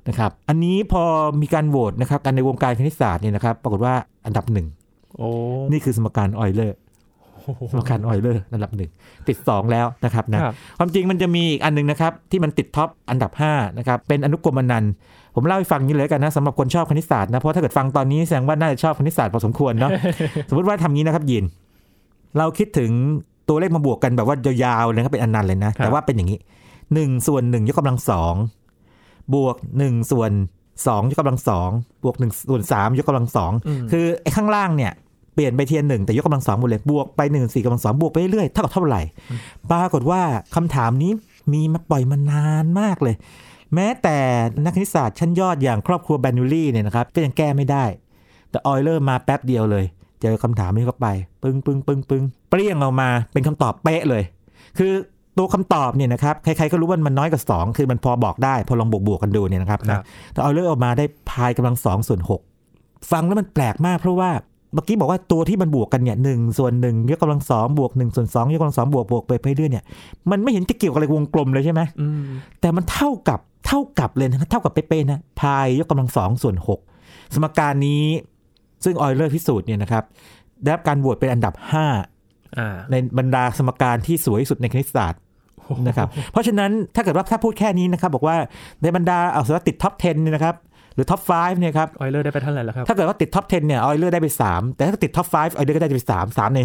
นะครับ อันนี้พอมีการโหวตนะครับกันในวงการคณิตศาสตร์เนี่ยนะครับ ปรากฏว่าอันดับหนึ่ง
โอ้
นี่คือสมการออยเลอร์สมการออยเลอร์อันดับหนึ่งติด 2 แล้วนะครับนะครับ ความจริงมันจะมีอีกอันหนึงนะครับ ที่มันติดท็อปอันดับ5นะครับเป็นอนุกรมอนันต์ผมเล่าให้ฟังอย่างนี้เลยละกันนะสำหรับคนชอบคณิตศาสตร์นะเพราะถ้าเกิดฟังตอนนี้แสดงว่าน่าจะชอบคณิตศาสตร์พอสมควรเนาะ สมมติว่าทำงี้นะครับยิน เราคิดถึงตัวเลขมาบวกกันแบบว่ายาวๆเลยนะครับเป็นอนันต์เลยนะ
ครับ
แต่ว่าเป็นอย่างนี้หนึ่งส่วนหนึ่งยกกำลังสองบวกหนึ่งส่วนสองยกกำลังสองบวกหนึ่งส่วนสามยกกำลังสองคือไอ้ข้างล่างเนี่ย เปลี่ยนไปเทียนหนึ่งแต่ยกกำลังสองหมดเลยบวกไป1นึ่งสี่กำลังสองบวกไปเรื่อยๆเท่ากับเท่าไหร่ปรากฏว่าคำถามนี้มีมาปล่อยมานานมากเลย แม้แต่นักคณิตศาสตร์ชั้นยอดอย่างครอบครัวแบนูลี่เนี่ยนะครับก็ยังแก้ไม่ได้ แต่ออยเลอร์มาแป๊บเดียวเลย เจอคำถามนี้เข้าไป ปึ้งปึ้งปึ้งปึ้งเปรี้ยงออกมาเป็นคำตอบเป๊ะเลย คือตัวคำตอบเนี่ยนะครับใครๆก็รู้ว่ามันน้อยกว่าสองคือมันพอบอกได้ พอลองบวกบวกๆกันดูเนี่ยนะครับ
ครั
นะ
บ
แต่ออยเลอร์ออกมาได้พายกำลังสองส่วนหก ฟังแล้วมันแปลกมากเพราะว่าเมื่อกี้บอกว่าตัวที่มันบวกกันเนี่ยหนึ่งส่วนหนึ่งยกกำลังสองบวกหนึ่งส่วนสองยกกำลังสองบวกบวกไปเรื่อยๆเนี่ยมันไม่เห็นจะเกี่ยวกับอะไรวงกลมเลยใช่ไหม
อืม
แต่มันเท่ากับเท่ากับเลยนะเท่ากับเป๊ะๆนะพายยกกำลังสองส่วนหกสมการนี้ซึ่งออยเลอร์พิสูจน์เนี่ยนะครับได้รับการโหวตเป็นอันดับ 5
อ่า
ในบรรดาสมการที่สวยที่สุดในคณิตศาสตร์ นะครับเพราะฉะนั้นถ้าเกิดว่าถ้าพูดแค่นี้นะครับบอกว่าในบรรดาเอาสมมติว่าติดท็อป 10เนี่ยนะครับหรือท็อป5เนี่ยครับ
ออยเลอร์ได้ไปเท่าไหร่แล้วครับ
ถ้าเกิดว่าติดท็อป 10 เนี่ย ออยเลอร์ได้ไป 3 แต่ถ้าติดท็อป 5 ออยเลอร์ก็ได้ไป 3 3 ใน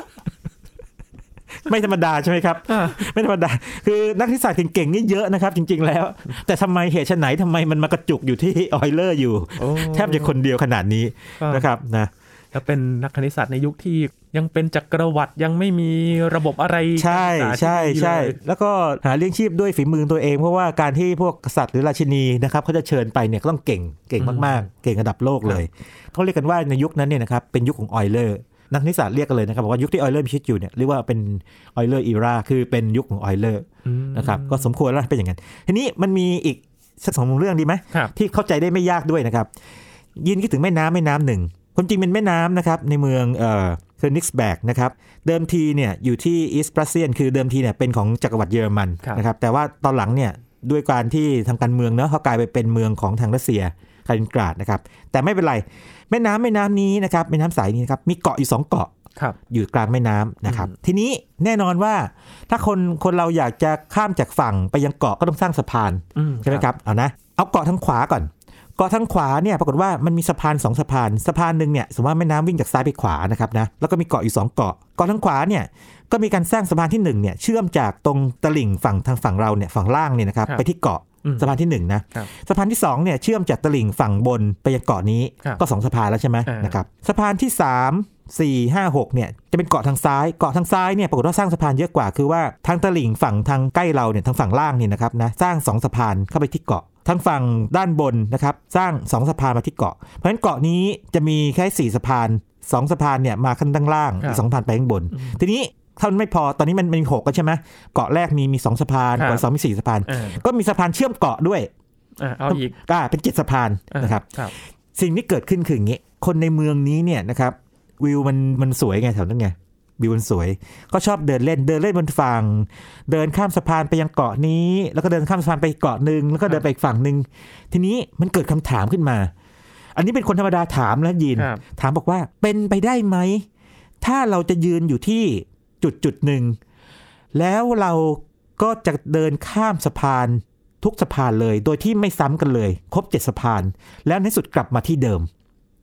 5 ไม่ธรรมดาใช่ไหมครับ
อ่า
ไม่ธรรมดา คือนักทิศาสตร์เก่งๆ นี่เยอะนะครับ จริง ๆ แล้ว แต่ทำไมเหตุไฉนไหนทำไมมันมากระจุกอยู่ ที่ออยเลอร์อยู่
โอ้
แทบจะคนเดียวขนาดนี้
อ่าน
นะครับนะ
แล้วเป็นนักคณิตศาสตร์ในยุคที่ยังเป็นจักรวรรดิยังไม่มีระบบอะไร
ใช่
การศึกษา
ใช่
ที่ดี
ใช่
เลย
แล้วก็หาเลี้ยงชีพด้วยฝีมือตัวเอง เพราะว่าการที่พวกกษัตริย์หรือราชินีนะครับเขาจะเชิญไปเนี่ยก็ต้องเก่งเก่งมากๆ เก่งระดับโลกเลยเขาเรียกกันว่าในยุคนั้นเนี่ยนะครับเป็นยุคของออยเลอร์นักนิสสัตเรียกกันเลยนะครับบอกว่ายุคที่ออยเลอร์มีชีวิตอยู่เนี่ยเรียกว่าเป็นออยเลอร์อีราคือเป็นยุคของออยเลอร์
อืม
นะครับก็สมควรแล้วเป็นอย่างนั้นทีนี้มันมีอีกสักสองเรื่องดีไหม
ครับ
ที่เข้าใจได้ไม่ยากด้วยนะครับ ยินคิดถึงแม่น้ำแม่น้ำหนึ่งความจริงเป็นแม่น้ำนะครับ ในเมืองเอ่อเคอร์นิกสแบกนะครับ เดิมทีเนี่ยอยู่ที่อีสต์ปรัสเซียน คือเดิมทีเนี่ยเป็นของจักรวรรดิเยอรมัน
ครับ
นะครับ แต่ว่าตอนหลังเนี่ยด้วยการที่ทางการเมืองเนาะเขากลายไปเป็นเมืองของทางรัสเซียคาลินกราดนะครับ แต่ไม่เป็นไร แม่น้ำแม่น้ำนี้นะครับแม่น้ำสายนี้นะครับมีเกาะอยู่สองเกาะ
ครับ
อยู่กลางแม่น้ำนะครับ ทีนี้แน่นอนว่าถ้าคนคนเราอยากจะข้ามจากฝั่งไปยังเกาะก็ต้องสร้างสะพาน
อืม
ใช่ไหมครับ เอานะ เอาเกาะทางขวาก่อน เกาะทางขวาเนี่ยปรากฏว่ามันมีสะพานสองสะพาน สะพานหนึ่งเนี่ยสมมติว่าแม่น้ำวิ่งจากซ้ายไปขวานะครับนะ แล้วก็มีเกาะอยู่สองเกาะ เกาะทางขวาเนี่ยก็มีการสร้างสะพานที่หนึ่งเนี่ยเชื่อมจากตรงตลิ่งฝั่งทางฝั่งเราเนี่ยฝั่งล่างเนี่ยนะครับ
ครับ
ไปที่เกาะ
อืม
สะพานที่หนึ่งนะครับสะพานที่สองเนี่ยเชื่อมจากตลิ่งฝั่งบนไปยังเกาะนี้
ครับ
ก็สองสะพานแล้วใช่ไหม
อ่าน
นะครับสะพานที่สามสี่ห้าหกเนี่ยจะเป็นเกาะทางซ้ายเกาะทางซ้ายเนี่ยปรากฏว่าสร้างสะพานเยอะกว่าคือว่าทางตลิ่งฝั่งทางใกล้เราเนี่ยทางฝั่งล่างเนี่ยนะครับนะสร้างสองสะพานเข้าไปที่เกาะ ทางฝั่งด้านบนนะครับสร้างสองสะพานมาที่เกาะ เพราะฉะนั้นเกาะนี้จะมีแค่สี่สะพานสองสะพานเนี่ยมาข้างด้านล่าง
ครับ
อีกสองสะพานไปข้างบน ทีนี้เท่านั้นไม่พอตอนนี้มันมีหกก็ใช่ไหมเกาะแรกมีมีสองสะพาน
ครับ
เกาะสองมีสี่สะพาน
อ่า
ก็มีสะพานเชื่อมเกาะด้วย
อ่าเอาอีก
อ่าเป็นเจ็ดสะพาน
อ่า
นะครับ
ครับ
สิ่งที่เกิดขึ้นคืออย่างนี้ คนในเมืองนี้เนี่ยนะครับวิวมันมันสวยไงแถวนั้นไงวิวมันสวย ก็ชอบเดินเล่นเดินเล่นบนฝั่ง เดินข้ามสะพานไปยังเกาะนี้ แล้วก็เดินข้ามสะพานไปเกาะหนึ่งแล้วก็เดินไปอีกฝั่งหนึ่งทีนี้มันเกิดคำถามขึ้นมา อันนี้เป็นคนธรรมดาถามแล้วยิน
ครับ
ถามบอกว่าเป็นไปได้ไหม ถ้าเราจะยืนอยู่ที่จุดจุดหนึ่ง แล้วเราก็จะเดินข้ามสะพานทุกสะพานเลย โดยที่ไม่ซ้ำกันเลย ครบเจ็ดสะพาน แล้วในสุดกลับมาที่เดิม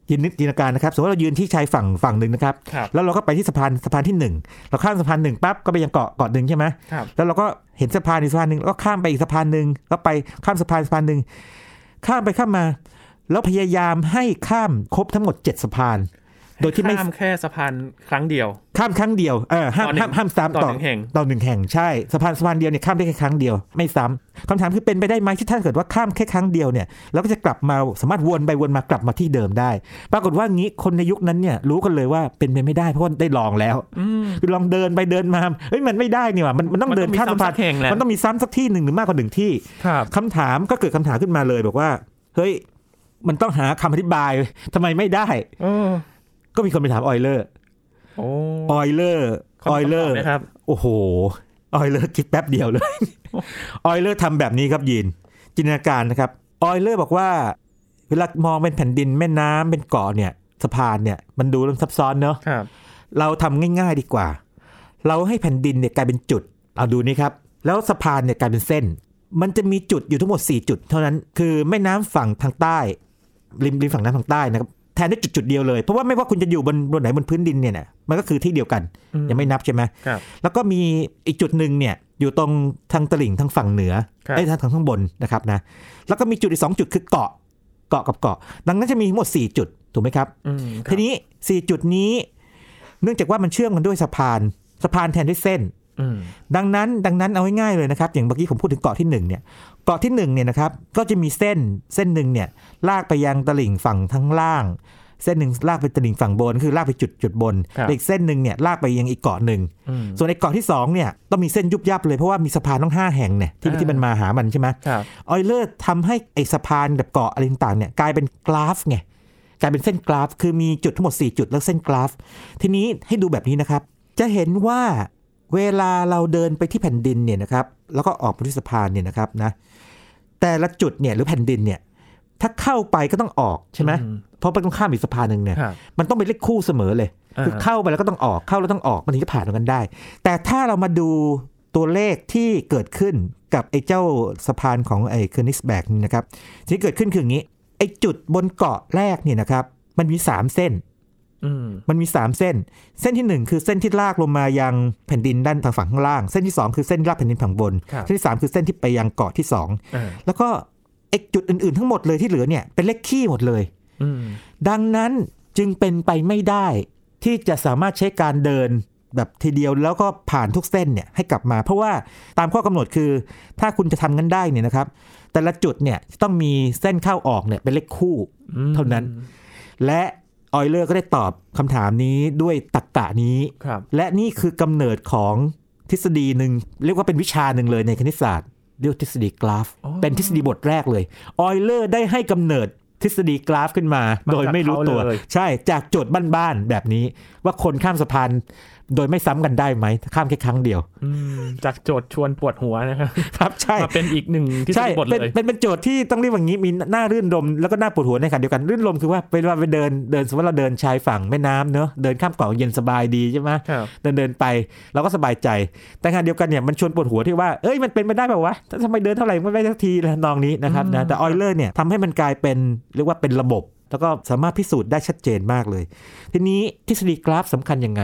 ยินนึกจินตนาการนะครับ สมมติว่าเรายืนที่ชายฝั่งฝั่งหนึ่งนะครับ
ครับ
แล้วเราก็ไปที่สะพานสะพานที่หนึ่งเราข้ามสะพานหนึ่งปั๊บก็ไปยังเกาะเกาะหนึ่งใช่ไหม
ครับ
แล้วเราก็เห็นสะพานอีกสะพานหนึ่งแล้วก็ข้ามไปอีกสะพานหนึ่งแล้วไปข้ามสะพานสะพานหนึ่งข้ามไปข้ามมา แล้วพยายามให้ข้ามครบทั้งหมด 7 สะพาน โดยที่ไม่
ข้ามแค่สะพานครั้งเดียว
ข้ามครั้งเดียวเออห้าม
ต่อหนึ่ง
ห้ามห้ามซ้ำ
ต่อหนึ่งแห่ง
ต่อหนึ่งแห่งใช่สะพานสะพานเดียวเนี่ยข้ามได้แค่ครั้งเดียวไม่ซ้ำคำถามคือเป็นไปได้ไหมที่ถ้าเกิดว่าข้ามแค่ครั้งเดียวเนี่ยเราก็จะกลับมาสามารถวนไปวนมากลับมาที่เดิมได้ ปรากฏว่างี้คนในยุคนั้นเนี่ยรู้กันเลยว่าเป็นไปไม่ได้เพราะว่าได้ลองแล้วคือลองเดินไปเดินมาเอ้ยมันไม่ได้นี่หว่ามันมันต้องเดินข้ามสะพาน
มัต้องมีซ้ำสักแห่งแหละ
มันต้องมีซ้ำสักที่หนึ่งหรือมากกว่าหนึ่งที่
ครับ
คำถามก็เกิดคำถามขึ้นมาเลยบอกว่า เฮ้ย มันต้องหาคำอธิบายทำไมไม่ได้
เออ
ก็มีคนไปถามออยเลอร์
โอ้
ออยเลอร์
ขบ
อ
คุ
อย
ณ
เลอร์
คำตบนะครับ
โอ้โหออยเลอร์คิดแป๊บเดียวเลย ออยเลอร์ทำแบบนี้ครับยีนจินตนาการนะครับออยเลอร์บอกว่า เวลามองเป็นแผ่นดินแม่น้ำเป็นเกาะเนี่ยสะพานเนี่ยมันดูแล้วซับซ้อนเนอะ
ครับ
เราทำง่ายๆดีกว่า เราให้แผ่นดินเนี่ยกลายเป็นจุด เอาดูนี่ครับ แล้วสะพานเนี่ยกลายเป็นเส้น มันจะมีจุดอยู่ทั้งหมด 4 จุด เท่านั้น คือแม่น้ำฝั่งทางใต้ ริมริมฝั่งน้ำทางใต้นะครับ แทนได้จุดจุดๆเดียวเลย เพราะว่าไม่ว่าคุณจะอยู่บนบนไหนบนพื้นดินเนี่ยนะมันก็คือที่เดียวกัน
อืม
ยังไม่นับใช่ไหม
ครับ
แล้วก็มีอีกจุดหนึ่งเนี่ยอยู่ตรงทางตลิ่งทางฝั่งเหนือ
ครับ
ไอ้ยทางทางข้างบนนะครับนะแล้วก็มีจุดอีกสองจุดคือเกาะเกาะกับเกาะ ดังนั้นจะมีทั้งหมด 4 จุด ถูกไหมครับ
อืมครับ
ทีนี้ 4 จุดนี้ เนื่องจากว่ามันเชื่อมกันด้วยสะพาน สะพานแทนด้วยเส้น
อืม
ดังนั้นดังนั้นเอาง่ายๆเลยนะครับ อย่างเมื่อกี้ผมพูดถึงเกาะที่1เนี่ยเกาะที่1เนี่ยนะครับก็จะมีเส้นเส้นหนึ่งเนี่ยลากไปยังตลิ่งฝั่งทั้งล่าง เส้นหนึ่งลากไปตลิ่งฝั่งบนคือลากไปจุดจุดบนและอีกเส้นหนึ่งเนี่ยลากไปยังอีกเกาะหนึ่ง
อืม
ส่วนไอ้เกาะที่สองเนี่ยต้องมีเส้นยุบยับเลยเพราะว่ามีสะพานต้องห้าแห่งเนี่ยที่ที่มันมาหามันใช่ไหม
ครับ
ออยเลอร์ทำให้ไอสะพานแบบเกาะอะไรต่างๆเนี่ยกลายเป็นกราฟไงกลายเป็นเส้นกราฟ คือมีจุดทั้งหมด 4 จุดแล้วเส้นกราฟ ทีนี้ให้ดูแบบนี้นะครับ จะเห็นว่าเวลาเราเดินไปที่แผ่นดินเนี่ยนะครับแล้วก็ออกไปที่สะพานเนี่ยนะครับนะแต่ละจุดเนี่ยหรือแผ่นดินเนี่ยถ้าเข้าไปก็ต้องออกใช่ไหมเพราะมันต้องข้ามอีกสะพานหนึ่งเนี่ย
ครับ
มันต้องเป็นเลขคู่เสมอเลย
อ่า
คือเข้าไปแล้วก็ต้องออก เข้าแล้วต้องออก มันถึงจะผ่านตรงกันได้ แต่ถ้าเรามาดูตัวเลขที่เกิดขึ้นกับไอ้เจ้าสะพานของไอ้เคอร์นิสแบกนี่นะครับสิ่งที่เกิดขึ้นคืออย่างนี้ ไอ้จุดบนเกาะแรกเนี่ยนะครับ มันมี 3 เส้น
อืม
มันมี 3 เส้น เส้นทีหนึ่1 คือเส้นที่ลากลงมายังแผ่นดินด้านทางฝั่งข้างล่าง เส้นที่ 2 คือเส้นที่ลากแผ่นดินฝั่งบน
ครับ
เส้นที่ 3 คือเส้นที่ไปยังเกาะที่
อ่า
2 แล้วก็ไอ้จุดอื่นๆ ทั้งหมดเลยที่เหลือเนี่ยเป็นเลขขี้หมดเลย
อืม
ดังนั้นจึงเป็นไปไม่ได้ที่จะสามารถใช้การเดินแบบทีเดียวแล้วก็ผ่านทุกเส้นเนี่ยให้กลับมา เพราะว่าตามข้อกำหนดคือ ถ้าคุณจะทำงั้นได้เนี่ยนะครับ แต่ละจุดเนี่ยต้องมีเส้นเข้าออกเนี่ยเป็นเลขคู่
อืม
เท่านั้น และออยเลอร์ก็ได้ตอบคำถามนี้ด้วยตรรกกะนี้
ครับ
และนี่คือกำเนิดของทฤษฎีหนึ่งเรียกว่าเป็นวิชาหนึ่งเลยในคณิตศาสตร์เรียกว่าทฤษฎีกราฟ
อ๋อ
เป็นทฤษฎีบทแรกเลยออยเลอร์ได้ให้กำเนิดทฤษฎีกราฟขึ้นมา โดยไม่รู้ตัว
เขาเลย
ใช่จากโจทย์บ้านๆแบบนี้ ว่าคนข้ามสะพานโดยไม่ซ้ำกันได้ไหมข้ามแค่ครั้งเดียว
อืมจากโจทย์ชวนปวดหัวนะครับ
ครับใช่
มาเป็นอีกหนึ่งที่
ใช่
สุดบท
เป็น
เลย
เป็นเป็นโจทย์ที่ต้องเรียกว่างี้มีหน้ารื่นรมแล้วก็หน้าปวดหัวในขณะเดียวกันรื่นรมคือว่าเวลาไปเดินเดินสมมติเราเดินชายฝั่งแม่น้ำเนอะเดินข้ามเกาะเย็นสบายดีใช่ไหม
ครับ
เดินเดินๆไปเราก็สบายใจ แต่ขณะเดียวกันเนี่ยมันชวนปวดหัวที่ว่า เอ้ยมันเป็นไปได้เปล่าวะทำไมเดินเท่าไหร่ไม่ได้สักทีละนองนี้นะครับนะแต่ออยเลอร์เนี่ยทำให้มันกลายเป็นเรียกว่าเป็นระบบ แล้วก็สามารถพิสูจน์ได้ชัดเจนมากเลย ทีนี้ทฤษฎีกราฟสำคัญยังไง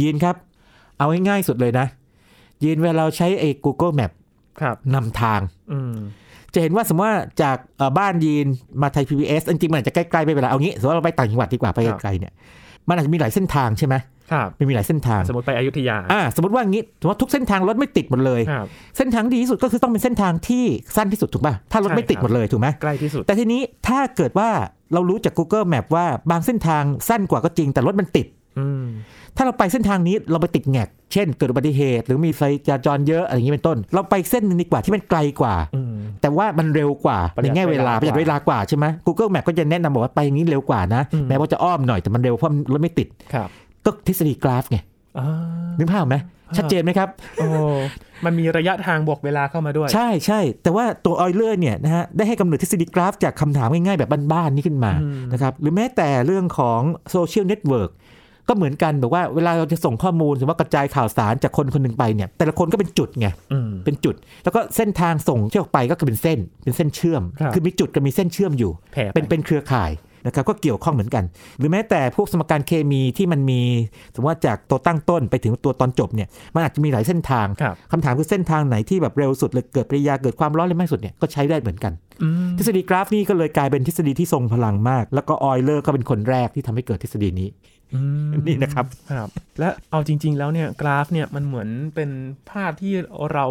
ยีนครับ เอาง่ายๆสุดเลยนะ ยีนเวลาเราใช้ไอ้ Google Map
ครับ
นำทาง
อืม
จะเห็นว่าสมมติว่าจากเอ่อบ้านยีนมาไทย PBS จริงๆมันอาจจะใกล้ๆไม่เป็นไรเอางี้สมมติว่าเราไปต่างจังหวัดดีกว่าไปไกลๆเนี่ยมันอาจจะมีหลายเส้นทางใช่ไหม
ครับ
มันมีหลายเส้นทาง
สมมติไปอยุธยา
อ่าสมมติว่างี้สมมติว่าทุกเส้นทางรถไม่ติดหมดเลย
ครับ
เส้นทางที่ดีที่สุดก็คือต้องเป็นเส้นทางที่สั้นที่สุดถูกป่ะถ้ารถไม่ติด
ใช่ครับ
หมดเลยถูกไหม
ใกล้ที่สุด
แต่ทีนี้ถ้าเกิดว่าเรารู้จาก Google Map ว่าบางเส้นทางสั้นกว่าก็จริง แต่รถมันติด
อืม
ถ้าเราไปเส้นทางนี้เราไปติดแงกเช่น เกิดอุบัติเหตุ หรือมีไฟจราจรเยอะอะไรอย่างนี้เป็นต้น เราไปเส้นหนึงดีกว่าที่มันไกลกว่า
อืม
แต่ว่ามันเร็วกว่า
ประห
ใน
ยัด
แง่เวลาป
เวลา
ระหยัดเวลากว่าใช่ไหม Google Map ก็จะแนะนำบอกว่าไปอย่างนี้เร็วกว่านะ
อืม
แม้ว่าจะอ้อมหน่อยแต่มันเร็วเพราะมันรถไม่ติด
ครับ
ก็ทฤษฎีกราฟไง
อ่า
นึกภาพไหมชัดเจนไหมครับ
โอ้มันมีระยะทางบวกเวลาเข้ามาด้วย
ใช่ใช่แต่ว่าตัวออยเลอร์เนี่ยนะฮะได้ให้กำเนิดทฤษฎีกราฟจากคำถามง่ายๆ แบบบ้านๆนี้ขึ้นมา
อืม
นะครับหรือแม้แต่เรื่องของโซเชียลเน็ตเวิร์กก็เหมือนกันแบบว่าเวลาเราจะส่งข้อมูลหรือว่ากระจายข่าวสารจากคนคนหนึ่งไปเนี่ยแต่ละคนก็เป็นจุดไง
อืม
เป็นจุด แล้วก็เส้นทางส่งที่ออกไปก็คือเป็นเส้นเป็นเส้นเชื่อม
ครับ
อมีจุดกับมีเส้นเชื่อมอยู่
แผ่ไ
เป็นเป็นเครือข่ายนะครับก็เกี่ยวข้องเหมือนกัน หรือแม้แต่พวกสมการเคมีที่มันมีสมมติว่าจากตัวตั้งต้นไปถึงตัวตอนจบเนี่ยมันอาจจะมีหลายเส้นทาง
ครับ
คำถามคือเส้นทางไหนที่แบบเร็วสุดหรือเกิดปริยาเกิดความร้อนเร็วมากที่สุดเนี่ยก็ใช้ได้เหมือนกัน
อืม
ทฤษฎีกราฟนี่ก็เลยกลายเป็นทฤษฎีที่ทรงพลังมาก แล้วก็ออยเลอร์ก็เป็นคนแรกที่ทำให้เกิดทฤษฎีนี้
อืม
นี่นะครับ
ครับ และเอาจริง ๆ แล้วเนี่ยกราฟเนี่ยมันเหมือนเป็นภาพที่เรา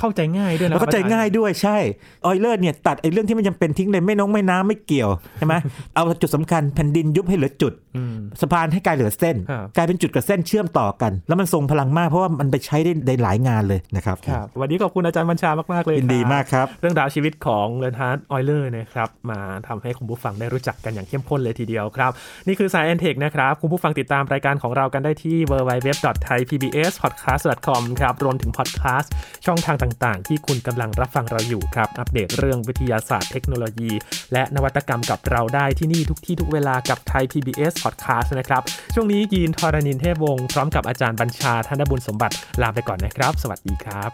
เข้าใจง่ายด้วยนะ
แล้วก็ใจง่ายด้วยใช่ออยเลอร์เนี่ยตัดไอ้เรื่องที่มันยังเป็นทิ้งเลยไม่น้องไม่น้ำไม่เกี่ยวใช่ไหม เอาจุดสำคัญแผ่นดินยุบให้เหลือจุด
อืม
สะพานให้กลายเหลือเส้น
ครับ
กลายเป็นจุดกับเส้นเชื่อมต่อกัน แล้วมันทรงพลังมากเพราะว่ามันไปใช้ได้ในหลายงานเลยนะครับ
ครับ วันนี้ขอบคุณอาจารย์บัญชามาก ๆ เลย
ยินดี
ครับ
มากครับ
เรื่องราวชีวิตของเลนฮาร์ดออยเลอร์นะครับ มาทำให้คุณผู้ฟังได้รู้จักกันอย่างเข้มข้นเลยทีเดียวครับ นี่คือสายแอนเทคนะครับ คุณผู้ฟังติดตามรายการของเรากันได้ที่ www.thaipbspodcast.com ครับรวมถึงพอดแคสต์ช่องทางต่าง ๆ ที่คุณกำลังรับฟังเราอยู่ครับ อัปเดตเรื่องวิทยาศาสตร์เทคโนโลยี และนวัตกรรมกับเราได้ที่นี่ทุกที่ทุกเวลากับไทย PBS Podcast นะครับ ช่วงนี้ยีนทรณินเทพวงศ์พร้อมกับอาจารย์บัญชาธนบุญสมบัติลาไปก่อนนะครับ สวัสดีครับ